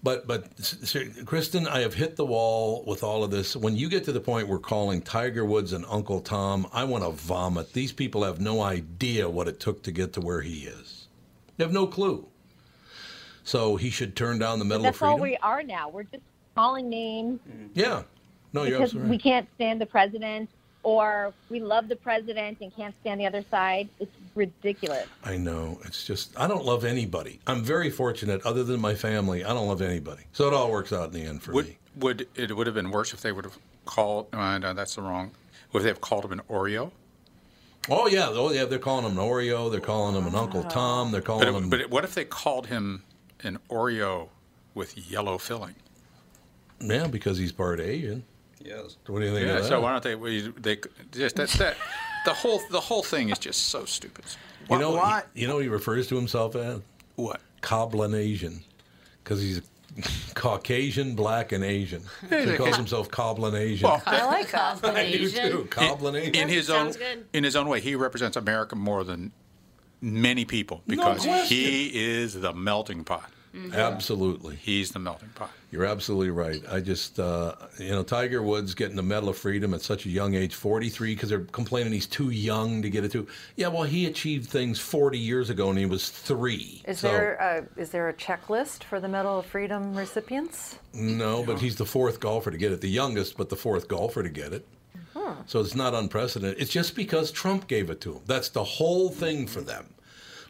A: But but s- s- Kristen, I have hit the wall with all of this. When you get to the point where calling Tiger Woods and Uncle Tom, I want to vomit. These people have no idea what it took to get to where he is. They have no clue. So he should turn down the Medal of
G: That's all
A: Freedom.
G: we are now. We're just calling names
A: yeah. No, you're
G: because
A: absolutely
G: we
A: right.
G: can't stand the president, or we love the president and can't stand the other side. It's ridiculous.
A: I know. It's just I don't love anybody. I'm very fortunate, other than my family. I don't love anybody. So it all works out in the end for me.
B: Would it would have been worse if they would have called? Uh, no, that's the wrong. Would they have called him an Oreo?
A: Oh yeah, oh yeah. They're calling him an Oreo. They're calling him an Uncle Tom. They're calling
B: But,
A: him.
B: it, but it- what if they called him an Oreo with yellow filling?
A: Yeah, because he's part Asian.
E: Yes.
A: What do you think
B: yeah.
A: of that?
B: So why don't they? we- They just that that the whole the whole thing is just so stupid.
A: you know what? He, you know what he refers to himself as?
B: What?
A: Coblin Asian, because he's Caucasian, black, and Asian. So he calls himself Coblin Asian.
D: I like
A: I do too. Coblin
B: in,
A: Asian.
B: in his own
D: Sounds good.
B: in his own way, he represents America more than many people
A: No
B: because
A: question.
B: he is the melting pot.
C: Mm-hmm.
A: Absolutely.
B: He's the melting pot.
A: You're absolutely right. I just, uh, you know, Tiger Woods getting the Medal of Freedom at such a young age, 43, because they're complaining he's too young to get it too. Yeah, well, he achieved things 40 years ago and he was three.
C: Is
A: so,
C: there a, is there a checklist for the Medal of Freedom recipients?
A: No, but he's the fourth golfer to get it. The youngest, but the fourth golfer to get it.
C: Huh.
A: So it's not unprecedented. It's just because Trump gave it to him. That's the whole thing for them.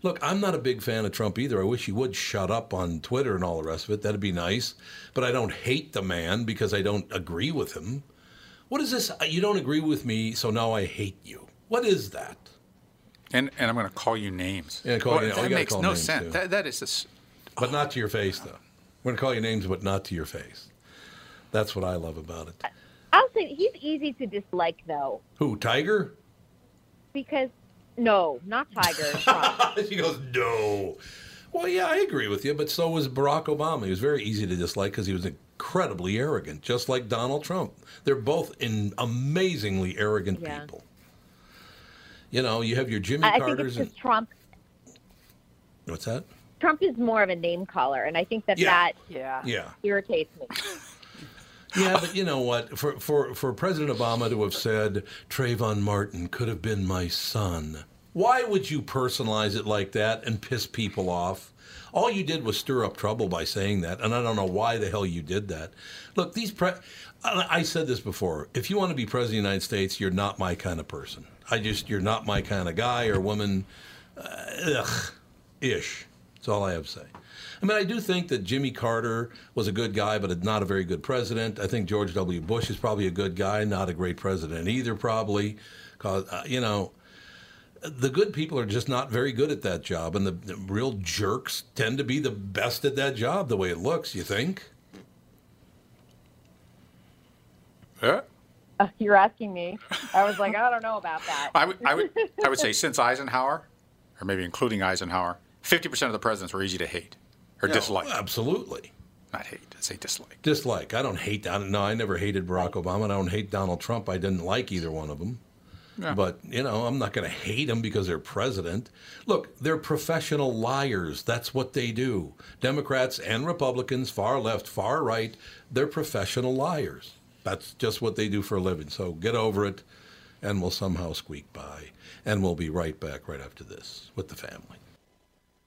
A: Look, I'm not a big fan of Trump either. I wish he would shut up on Twitter and all the rest of it. That'd be nice. But I don't hate the man because I don't agree with him. What is this? You don't agree with me, so now I hate you. What is that?
B: And and I'm going to call you names.
A: Yeah, call you
B: Well,
A: names. Oh, you
B: That
A: gotta
B: makes
A: call
B: no
A: names, too.
B: sense. That, that is this.
A: But not to your face, though. We're going to call you names, but not to your face. That's what I love about it.
G: I'll say he's easy to dislike though,
A: Who, Tiger?
G: because no, not Tiger. Trump.
A: she goes, no. Well, yeah, I agree with you, but so was Barack Obama. He was very easy to dislike because he was incredibly arrogant, just like Donald Trump. They're both in amazingly arrogant
G: Yeah.
A: people. You know, you have your Jimmy
G: I I think it's
A: Carter's and
G: just Trump.
A: what's that?
G: Trump is more of a name caller, and I think that
A: Yeah.
G: that
A: Yeah.
G: irritates me.
A: Yeah, but you know what? For for for President Obama to have said Trayvon Martin could have been my son. Why would you personalize it like that and piss people off? All you did was stir up trouble by saying that, and I don't know why the hell you did that. Look, these pre I I said this before. If you want to be president of the United States, you're not my kind of person. I just you're not my kind of guy or woman. Uh, ugh, ish. That's all I have to say. I mean, I do think that Jimmy Carter was a good guy, but not a very good president. I think George W. Bush is probably a good guy, not a great president either, probably. 'Cause, uh, you know, the good people are just not very good at that job, and the, the real jerks tend to be the best at that job, the way it looks, you think?
B: Yeah.
G: Uh, you're asking me. I was like, I don't know about that.
B: I would, I would, I would say since Eisenhower, or maybe including Eisenhower, 50% of the presidents were easy to hate or
A: Yeah,
B: dislike.
A: Absolutely.
B: Not hate. I say dislike.
A: Dislike. I don't hate Donald. No, I never hated Barack Obama. and I don't hate Donald Trump. I didn't like either one of them.
B: Yeah.
A: But you know, I'm not going to hate them because they're president. Look, they're professional liars. That's what they do. Democrats and Republicans, far left, far right, they're professional liars. That's just what they do for a living. So get over it, and we'll somehow squeak by. And we'll be right back right after this with the family.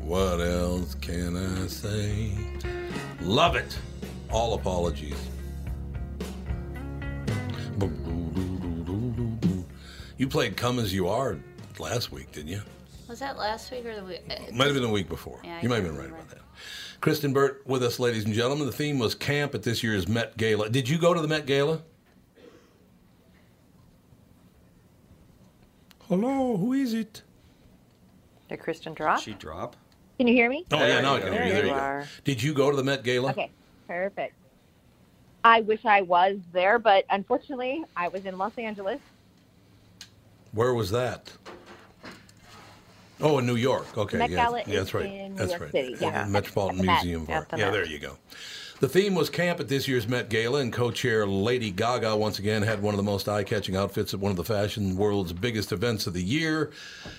A: What else can I say? Love it. All apologies. You played Come As You Are last week, didn't you?
D: Was that last week or the week? uh,
A: Might have been the week before.
D: Yeah, I
A: you might have
D: can't
A: been right
D: remember.
A: about that. Kristen Burt with us, ladies and gentlemen. The theme was camp at this year's Met Gala. Did you go to the Met Gala? Hello, who is it?
C: Did Kristen drop?
E: She drop?
G: Can you hear me?
A: Oh, yeah, now I
E: you
A: can
E: go.
A: hear you.
E: There
A: There you
E: you
A: go.
E: are.
A: Did you go to the Met Gala?
G: Okay, perfect. I wish I was there, but unfortunately, I was in Los Angeles.
A: Where was that? Oh, in New York. Okay,
G: Met
A: yeah,
G: Gala
A: yeah, that's
G: is
A: right.
G: in New
A: that's
G: York
A: right.
G: City, yeah.
A: At the Metropolitan
G: At the Met.
A: Museum.
G: At the
A: yeah,
G: Met.
A: there you go. The theme was camp at this year's Met Gala, and co-chair Lady Gaga once again had one of the most eye-catching outfits at one of the fashion world's biggest events of the year.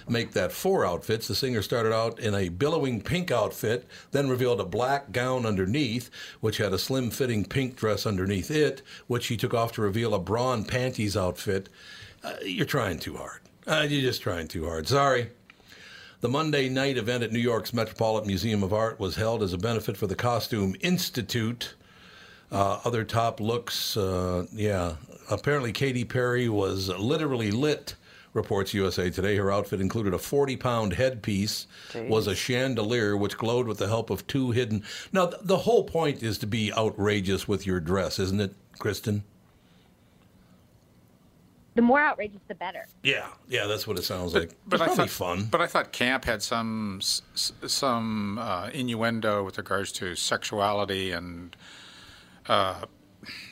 A: Make that four outfits. The singer started out in a billowing pink outfit, then revealed a black gown underneath, which had a slim-fitting pink dress underneath it, which she took off to reveal a brawn panties outfit. Uh, you're trying too hard. Uh, you're just trying too hard. Sorry. The Monday night event at New York's Metropolitan Museum of Art was held as a benefit for the Costume Institute. Uh, other top looks, uh, yeah. Apparently, Katy Perry was literally lit, reports USA Today. Her outfit included a 40 pound headpiece, was a chandelier, which glowed with the help of two hidden. Now, th- the whole point is to be outrageous with your dress, isn't it, Kristen?
G: The more outrageous, the better.
A: Yeah, yeah, that's what it sounds like.
B: But
A: It's
B: I
A: probably
B: thought
A: fun.
B: But I thought camp had some s- s- some uh, innuendo with regards to sexuality and uh,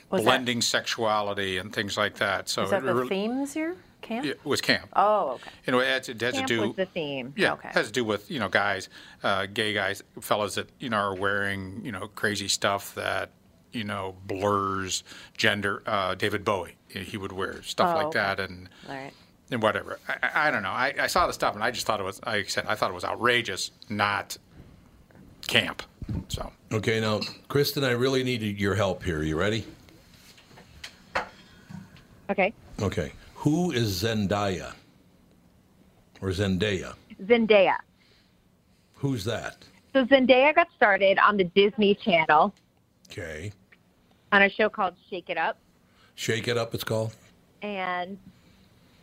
C: Was that-
B: blending sexuality and things like that. So
C: Is that
A: Oh,
B: it,
C: the
B: really-
C: themes here? Camp?
B: it was camp.
C: Oh, okay.
B: You know, it had to, it had to
C: Camp
B: do
C: was the theme.
B: Yeah,
C: Okay.
B: has to do with you know guys, uh, gay guys, fellas that you know are wearing you know crazy stuff that you know blurs gender. Uh, David Bowie, he would wear stuff
C: Oh,
B: like
C: okay.
B: that and
C: All right.
B: and whatever. I- I, I don't know. I, I saw the stuff and I just thought it was. Like I said I thought it was outrageous, not camp. So
A: Okay, now, Kristen, I really needed your help here. You ready?
G: Okay.
A: Okay. Who is Zendaya? Or Zendaya?
G: Zendaya.
A: Who's that?
G: So Zendaya got started on the Disney Channel
A: Okay.
G: on a show called Shake It Up,
A: Shake It Up, it's called.
G: and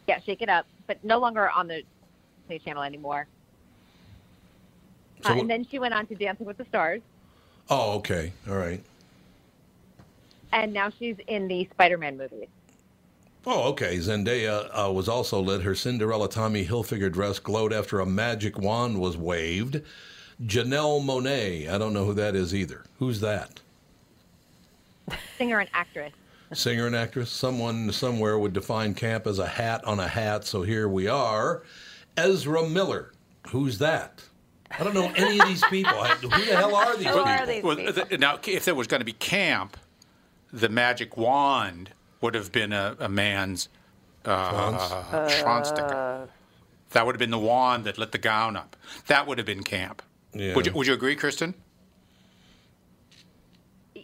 G: yeah, Shake It Up, but no longer on the Disney Channel anymore.
A: So
G: uh,
A: what-
G: and then she went on to Dancing with the Stars.
A: Oh, okay. All right.
G: and now she's in the Spider-Man movies.
A: Oh, okay. Zendaya uh, was also lit. Her Cinderella Tommy Hilfiger dress glowed after a magic wand was waved. Janelle Monet. I don't know who that is either. Who's that?
G: Singer and actress.
A: Singer and actress. Someone somewhere would define camp as a hat on a hat. So here we are. Ezra Miller. Who's that? I don't know any of these people. I- who the hell are these people?
B: Well, th- now, if there was going to be camp, the magic wand would have been a, a man's uh, Schwanz sticker. That would have been the wand that lit the gown up. That would have been camp. Would, you, would you agree, Kristen?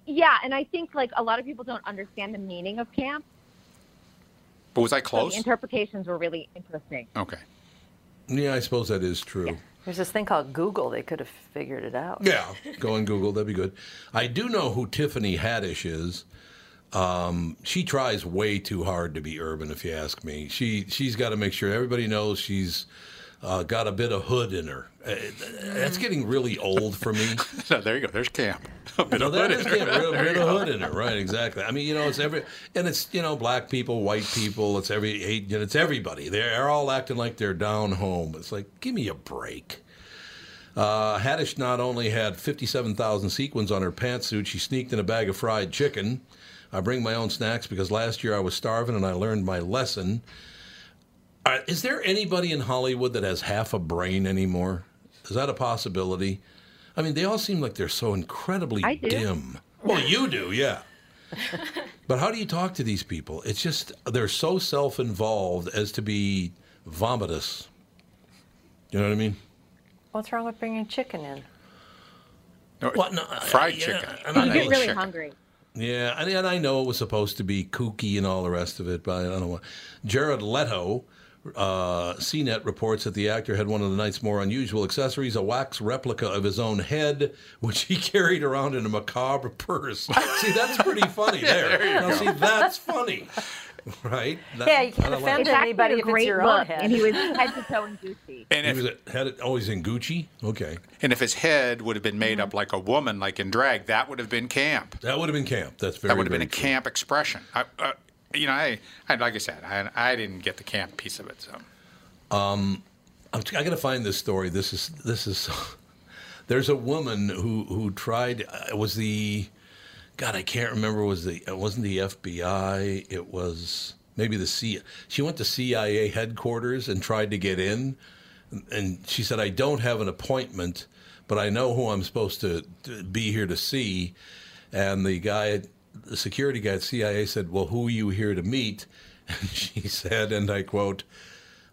G: Yeah, and I think like a lot of people don't understand the meaning of camp.
B: But was I
G: so
B: close?
G: the interpretations were really interesting.
B: Okay.
A: Yeah, I suppose that is true.
C: There's this thing called Google. They could have figured it out.
A: Yeah, go on Google. That'd be good. I do know who Tiffany Haddish is. Um, she tries way too hard to be urban, if you ask me. She she's got to make sure everybody knows she's uh, got a bit of hood in her. Uh, that's getting really old for me.
B: no, there you go. There's camp. A bit
A: no,
B: of
A: that
B: hood
A: is
B: in her.
A: camp. Real-
B: There you
A: bit of
B: go.
A: hood in her, right? Exactly. I mean, you know, it's every and it's you know black people, white people. It's every it's everybody. They're all acting like they're down home. It's like give me a break. Uh, Haddish not only had 57,000 sequins on her pantsuit, she sneaked in a bag of fried chicken. I bring my own snacks because last year I was starving and I learned my lesson. Uh, is there anybody in Hollywood that has half a brain anymore? Is that a possibility? I mean, they all seem like they're so incredibly
G: I do.
A: dim. Well, you do, yeah. but how do you talk to these people? It's just they're so self-involved as to be vomitous. You know what I mean?
C: What's wrong with bringing chicken in?
A: What? No,
B: fried
A: yeah,
B: chicken.
A: I mean,
G: You
A: I-
G: get really hungry.
A: Yeah, and, and I know it was supposed to be kooky and all the rest of it, but I don't know. why. Jared Leto, uh, CNET reports that the actor had one of the night's more unusual accessories, a wax replica of his own head, which he carried around in a macabre purse. see, that's pretty funny
K: Yeah,
A: there.
K: there you
A: now,
K: go.
A: see, that's funny, right?
C: Yeah, you can't
A: I like
C: offend
A: it.
G: It's actually
C: anybody
G: a
C: if it's
G: great
C: your
G: look,
C: own head.
G: and he was head to toe in Gucci.
B: And
A: he was a, had it always in Gucci. Okay,
B: And if his head would have been made
G: Mm-hmm.
B: up like a woman, like in drag, that would have been camp.
A: that would have been camp. That's very.
B: that would have been
A: very
B: a camp expression. I, uh, you know, I, I like I said, I, I didn't get the camp piece of it. So
A: Um, I'm, I gotta find this story. This is this is. there's a woman who who tried. Uh, it was the, God, I can't remember. Was the it wasn't the FBI? It was maybe the C. She went to CIA headquarters and tried to get in, and she said, "I don't have an appointment, but I know who I'm supposed to, to be here to see." And the guy, the security guy at CIA, said, "Well, who are you here to meet?" And she said, and I quote.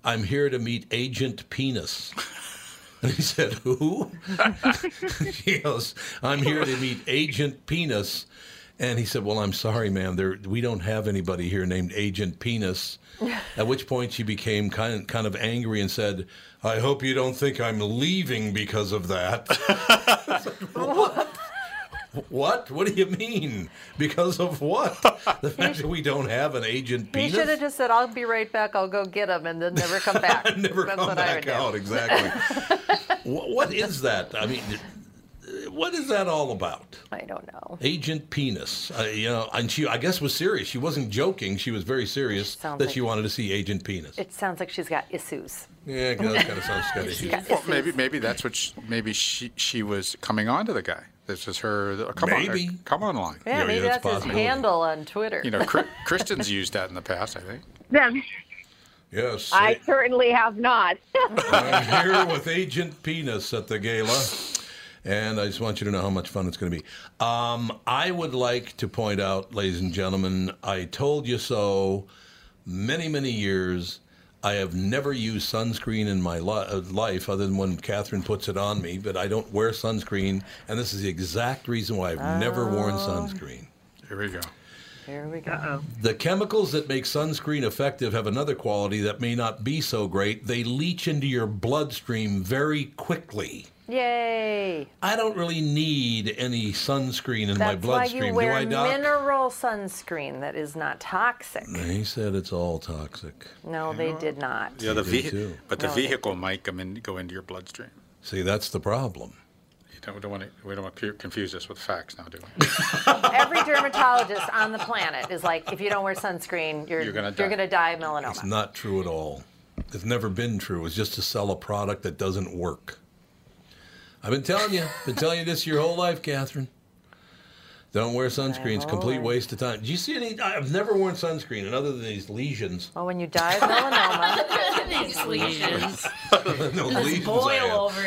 A: I'm here to meet Agent Penis. And he said, Who? she goes, I'm here to meet Agent Penis. And he said, Well, I'm sorry, ma'am. There, we don't have anybody here named Agent Penis. At which point she became kind, kind of angry and said, I hope you don't think I'm leaving because of that. what? What do you mean? Because of what? The fact that we don't have an Agent
C: He
A: Penis?
C: should have just said, "I'll be right back. I'll go get him," and then never come back.
A: never
C: That's
A: come
C: what I
A: back
C: would do.
A: out. Exactly. Wha what is that? I mean, th- what is that all about?
C: I don't know.
A: Agent Penis. Uh, you know, and she, I guess, was serious. She wasn't joking. She was very serious that
C: Sounds like-
A: she wanted to see Agent Penis.
C: It sounds like she's got issues.
A: Yeah, that kind of sounds kind of
C: She's got
B: well,
C: issues.
B: maybe maybe that's what she, maybe she she was coming on to the guy. This is her uh, come
A: Maybe.
B: on come on line.
C: Yeah, maybe that's his handle on Twitter.
B: You know, Chri- Kristen's used that in the past. I think.
A: Yes,
G: I certainly have not.
A: I'm here with Agent Penis at the gala, and I just want you to know how much fun it's going to be. Um, I would like to point out, ladies and gentlemen, I told you so many, many years. I have never used sunscreen in my li- uh, life other than when Catherine puts it on me, but I don't wear sunscreen, and this is the exact reason why I've never worn sunscreen.
B: Here we go.
C: Here we go.
A: The chemicals that make sunscreen effective have another quality that may not be so great. They leach into your bloodstream very quickly.
C: Yay!
A: I don't really need any sunscreen in my
C: That's why
A: bloodstream,
C: you
A: do I,
C: wear
A: Doc?
C: mineral sunscreen that is not toxic.
A: he said it's all toxic.
C: No, they did not.
B: Yeah, the
A: They do
B: vehi-
A: too.
B: but the
C: No, they-
B: vehicle might come in go into your bloodstream.
A: See, that's the problem.
B: It Don't- We don't want to, we don't want to confuse this with facts now, do we?
C: Every dermatologist on the planet is like, if you don't wear sunscreen, you're,
A: You're
C: you're
A: gonna
C: going to die of melanoma.
A: It's not true at all. It's never been true. It's just to sell a product that doesn't work. I've been telling you, been telling you this your whole life, Catherine. Don't wear sunscreens. Complete waste of time. Do you see any? I've never worn sunscreen, and other than these lesions,
C: Well, when you die of melanoma,
D: These lesions.
A: those lesions I have.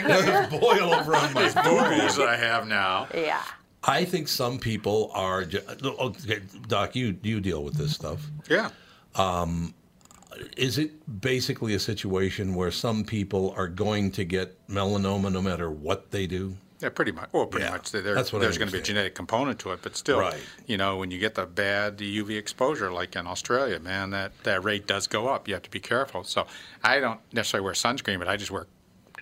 A: There's boil over on my
B: boobies I have now.
C: Yeah.
A: I think some people are. ju- Okay, Doc, you you deal with this stuff.
B: Yeah.
A: Um, is it basically a situation where some people are going to get melanoma no matter what they do?
B: Yeah, pretty much. Well, pretty much. There,
A: that's what I
B: there's going to be a genetic component to it, but still,
A: Right.
B: you know, when you get the bad UV exposure, like in Australia, man, that, that rate does go up. You have to be careful. So I don't necessarily wear sunscreen, but I just wear,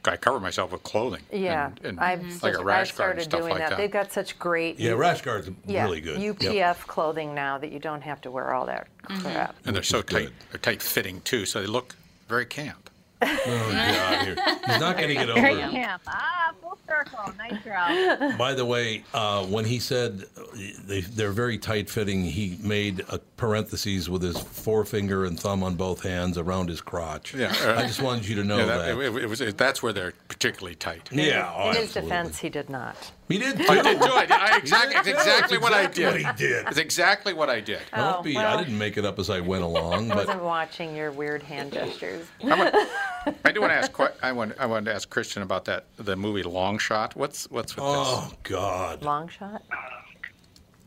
B: I cover myself with clothing.
C: yeah,
B: And, and
C: I've,
B: like
C: just-
B: a rash
C: I've
B: guard and
C: started
B: stuff
C: doing
B: like
C: that.
B: that.
C: They've got such great
A: Yeah, rash guard's
C: yeah,
A: really good.
C: UPF clothing now that you don't have to wear all that crap.
B: and they're so tight, they're tight fitting too, so they look very camp.
A: Oh, God. here. He's not going to get over
G: Very
A: it.
G: camp. Ah, full circle. Nitro.
A: By the way, uh, when he said uh, they, they're very tight fitting, he made a parentheses with his forefinger and thumb on both hands around his crotch.
B: Yeah, uh,
A: I just wanted you to know
B: Yeah,
A: Oh, that.
B: It, it was, it- that's where they're particularly tight.
A: Yeah, In his- oh,
C: In his defense, he did not.
A: He did.
B: I did too. I, did- I exactly,
A: That's
B: it's exactly what I
A: exactly
B: did.
A: what he did.
B: It's exactly what I did.
A: Don't
C: Oh,
A: be.
C: well.
A: I didn't make it up as I went along,
C: I wasn't
A: but
C: watching your weird hand gestures.
B: I do want to ask. que- I want. I wanted to ask Christian about that the movie Long Shot. What's What's with
A: Oh,
B: this?
A: Oh God.
C: Long shot.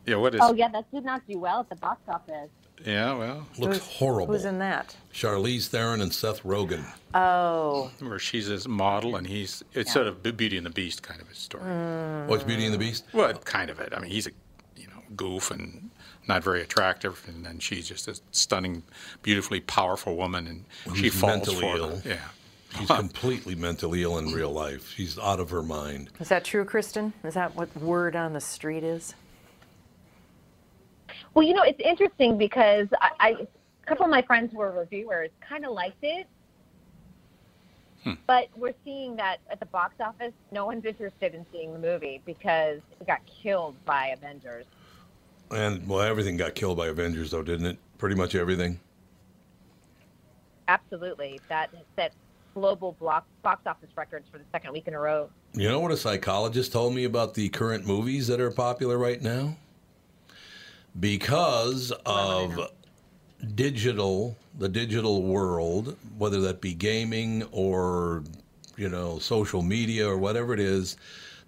B: Yeah. What is?
G: oh yeah, that did not do well at the box office.
B: Yeah. Well,
A: looks horrible.
C: Who's in that?
A: Charlize Theron and Seth Rogen.
C: Oh.
B: Where she's his model and he's it's sort of Beauty and the Beast kind of a story.
C: Uh,
A: What's Beauty and the Beast?
B: Well, kind of it. I mean, he's a you know goof and not very attractive, and then she's just a stunning, beautifully powerful woman, and she
A: Who's
B: falls
A: mentally
B: for
A: ill.
B: him. Yeah.
A: She's completely mentally ill in real life. She's out of her mind.
C: Is that true, Kristen? Is that what word on the street is?
G: Well, you know, it's interesting because I, I a couple of my friends who were reviewers, kind of liked it. But we're seeing that at the box office, no one's interested in seeing the movie because it got killed by Avengers.
A: And well, everything got killed by Avengers, though, didn't it? Pretty much everything.
G: Absolutely, that set global block, box office records for the second week in a row.
A: You know what a psychologist told me about the current movies that are popular right now? Because of digital, the digital world, whether that be gaming or you know social media or whatever it is,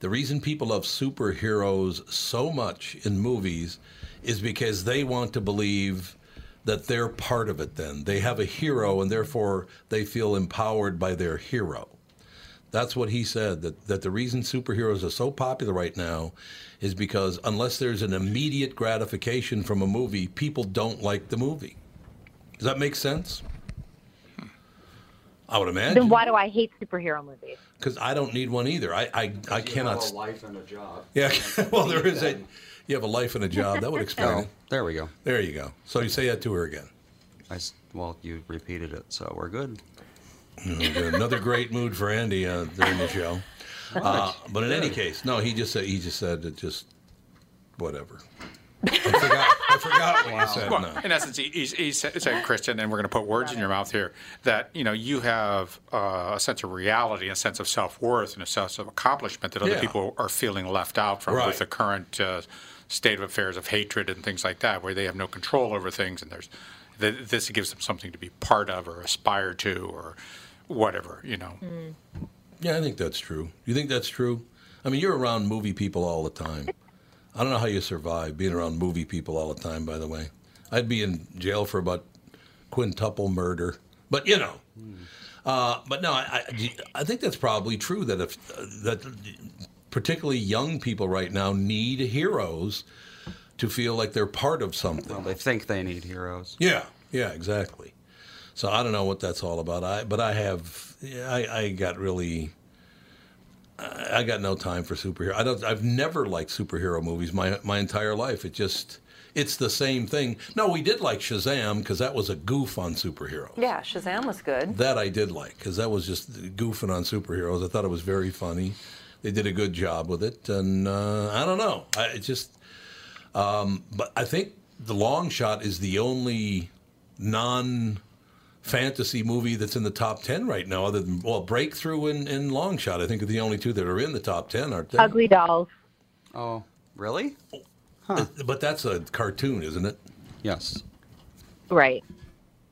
A: the reason people love superheroes so much in movies is because they want to believe that they're part of it then. They have a hero and therefore they feel empowered by their hero. That's what he said. That that the reason superheroes are so popular right now is because unless there's an immediate gratification from a movie, people don't like the movie. Does that make sense? I would
G: Then
A: imagine
G: why do I hate superhero movies?
A: because I don't need one either. I I, I cannot.
E: have a
A: st-
E: life and a job.
A: yeah. Well, there is a. You have a life and a job. That would explain.
E: Oh,
A: it.
E: there we go.
A: There you go. So you say that to her again.
E: I s- well, you repeated it, so we're good.
A: Another great mood for Andy uh, during the show. Uh, but in any
E: Good.
A: case, no, he just said he just said it just whatever. I forgot. I forgot what I said.
B: Well,
A: No.
B: in essence, he, he's, he said, said, Christian, and we're going to put words in your mouth here, that, you know, you have uh, a sense of reality, a sense of self-worth, and a sense of accomplishment that other
A: Yeah.
B: people are feeling left out from
A: Right.
B: with the current uh, state of affairs of hatred and things like that, where they have no control over things, and there's th- this gives them something to be part of or aspire to or whatever, you know.
A: Yeah, I think that's true. You think that's true? I mean, you're around movie people all the time. I don't know how you survive being around movie people all the time. By the way, I'd be in jail for about quintuple murder. But you know, uh, but no, I, I, I think that's probably true that if that particularly young people right now need heroes to feel like they're part of something.
E: Well, they think they need heroes.
A: Yeah, yeah, exactly. So I don't know what that's all about. I but I have yeah, I, I got really I, I got no time for superhero. I don't. I've never liked superhero movies my my entire life. It just it's the same thing. No, we did like Shazam because that was a goof on superheroes.
C: Yeah, Shazam was good.
A: That I did like because that was just goofing on superheroes. I thought it was very funny. They did a good job with it, and uh, I don't know. I it just, um, but I think the long shot is the only non. Fantasy movie that's in the top ten right now, other than well, Breakthrough and, and Long Shot. I think are the only two that are in the top ten, aren't they?
G: Ugly dolls.
A: Oh, really? But that's a cartoon, isn't it? Yes.
G: Right.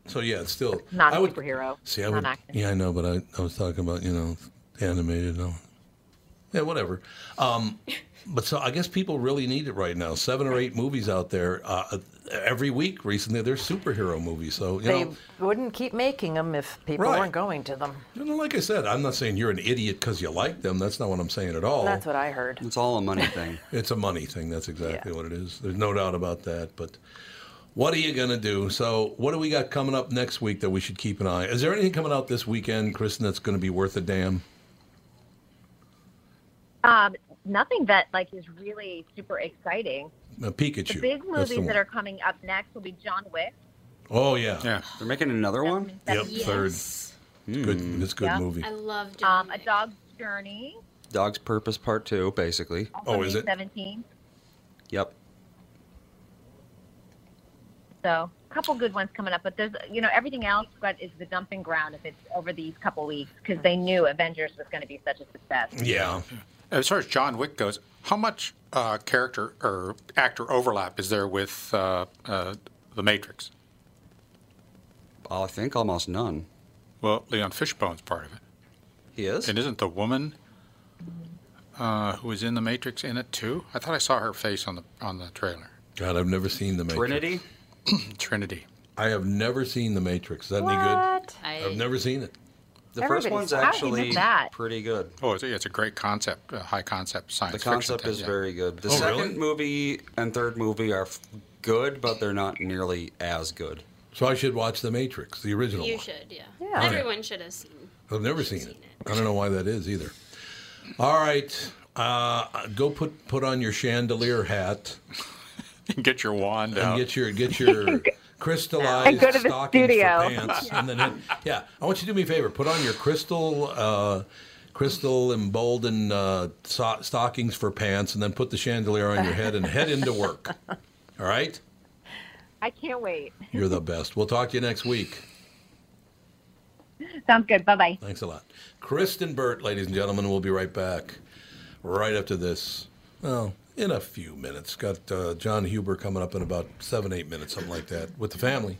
A: So yeah, it's still
G: Not
A: I
G: a
A: would
G: superhero.
A: see. I
G: Not
A: would.
G: action.
A: Yeah, I know, but I, I was talking about you know animated. No. Yeah, whatever. Um, but so I guess people really need it right now. Seven or eight movies out there uh, every week recently. They're superhero movies, so you
C: they
A: know.
C: wouldn't keep making them if people
A: Right.
C: weren't going to them.
A: You know, like I said, I'm not saying you're an idiot because you like them. That's not what I'm saying at all.
C: That's what I heard.
A: It's all a money thing. it's a money thing. That's exactly what it is. There's no doubt about that. But what are you going to do? So, what do we got coming up next week that we should keep an eye? Is there anything coming out this weekend, Kristen, that's going to be worth a damn?
G: Um, nothing that like is really super exciting.
A: Uh, Pikachu.
G: The big
A: That's the
G: movies
A: one.
G: that are coming up next will be John Wick.
A: Oh yeah.
B: Yeah.
E: They're making another one.
G: Yep,
A: Yes. third. Good. It's a good
G: Yeah.
E: movie.
G: love John um, A Dog's Journey.
E: Dog's Purpose Part Two, basically.
G: also
A: Oh,
G: May 17.
E: Yep.
G: So a couple good ones coming up, but there's you know everything else but is the dumping ground if it's over these couple weeks because they knew Avengers was going to be such a success.
A: Yeah.
B: As far as John Wick goes, how much uh, character or actor overlap is there with uh, uh, The Matrix?
E: I think almost none.
B: Well, Leon Fishbone's part of it.
E: He is?
B: And isn't the woman uh, who was in The Matrix in it too? I thought I saw her face on the on the trailer.
A: God, I've never seen The Matrix.
B: Trinity? Trinity.
A: I have never seen The Matrix. Is that any good? I've never seen it.
E: The first Everybody's one's happy actually with that. pretty good.
B: Oh, it's, it's a great concept, a high concept science
E: The
B: fiction
E: concept
B: thing,
E: is
B: yeah.
E: very good. The
B: Oh,
E: second
B: really?
E: movie and third movie are f- good, but they're not nearly as good.
A: So I should watch The Matrix, the original
D: You
A: one.
D: should, yeah.
A: Yeah.
D: Everyone should have seen.
A: I've never seen it. I don't know why that is either. All right, uh, go put put on your chandelier hat.
B: get your wand
A: and
B: out.
A: get your get your crystallized
B: And go to the
A: stockings for
B: studio.
A: pants, and then hit, yeah. I want you to do me a favor. Put on your crystal. Uh, Crystal emboldened uh, so- stockings for pants, and then put the chandelier on your head and head into work. All right?
G: I can't wait.
A: You're the best. We'll talk to you next week.
G: Sounds good. Bye bye.
A: Thanks a lot. Kristen Burt, ladies and gentlemen, we'll be right back. Right after this. Well, in a few minutes. Got uh, John Huber coming up in about seven, eight minutes, something like that, with the family.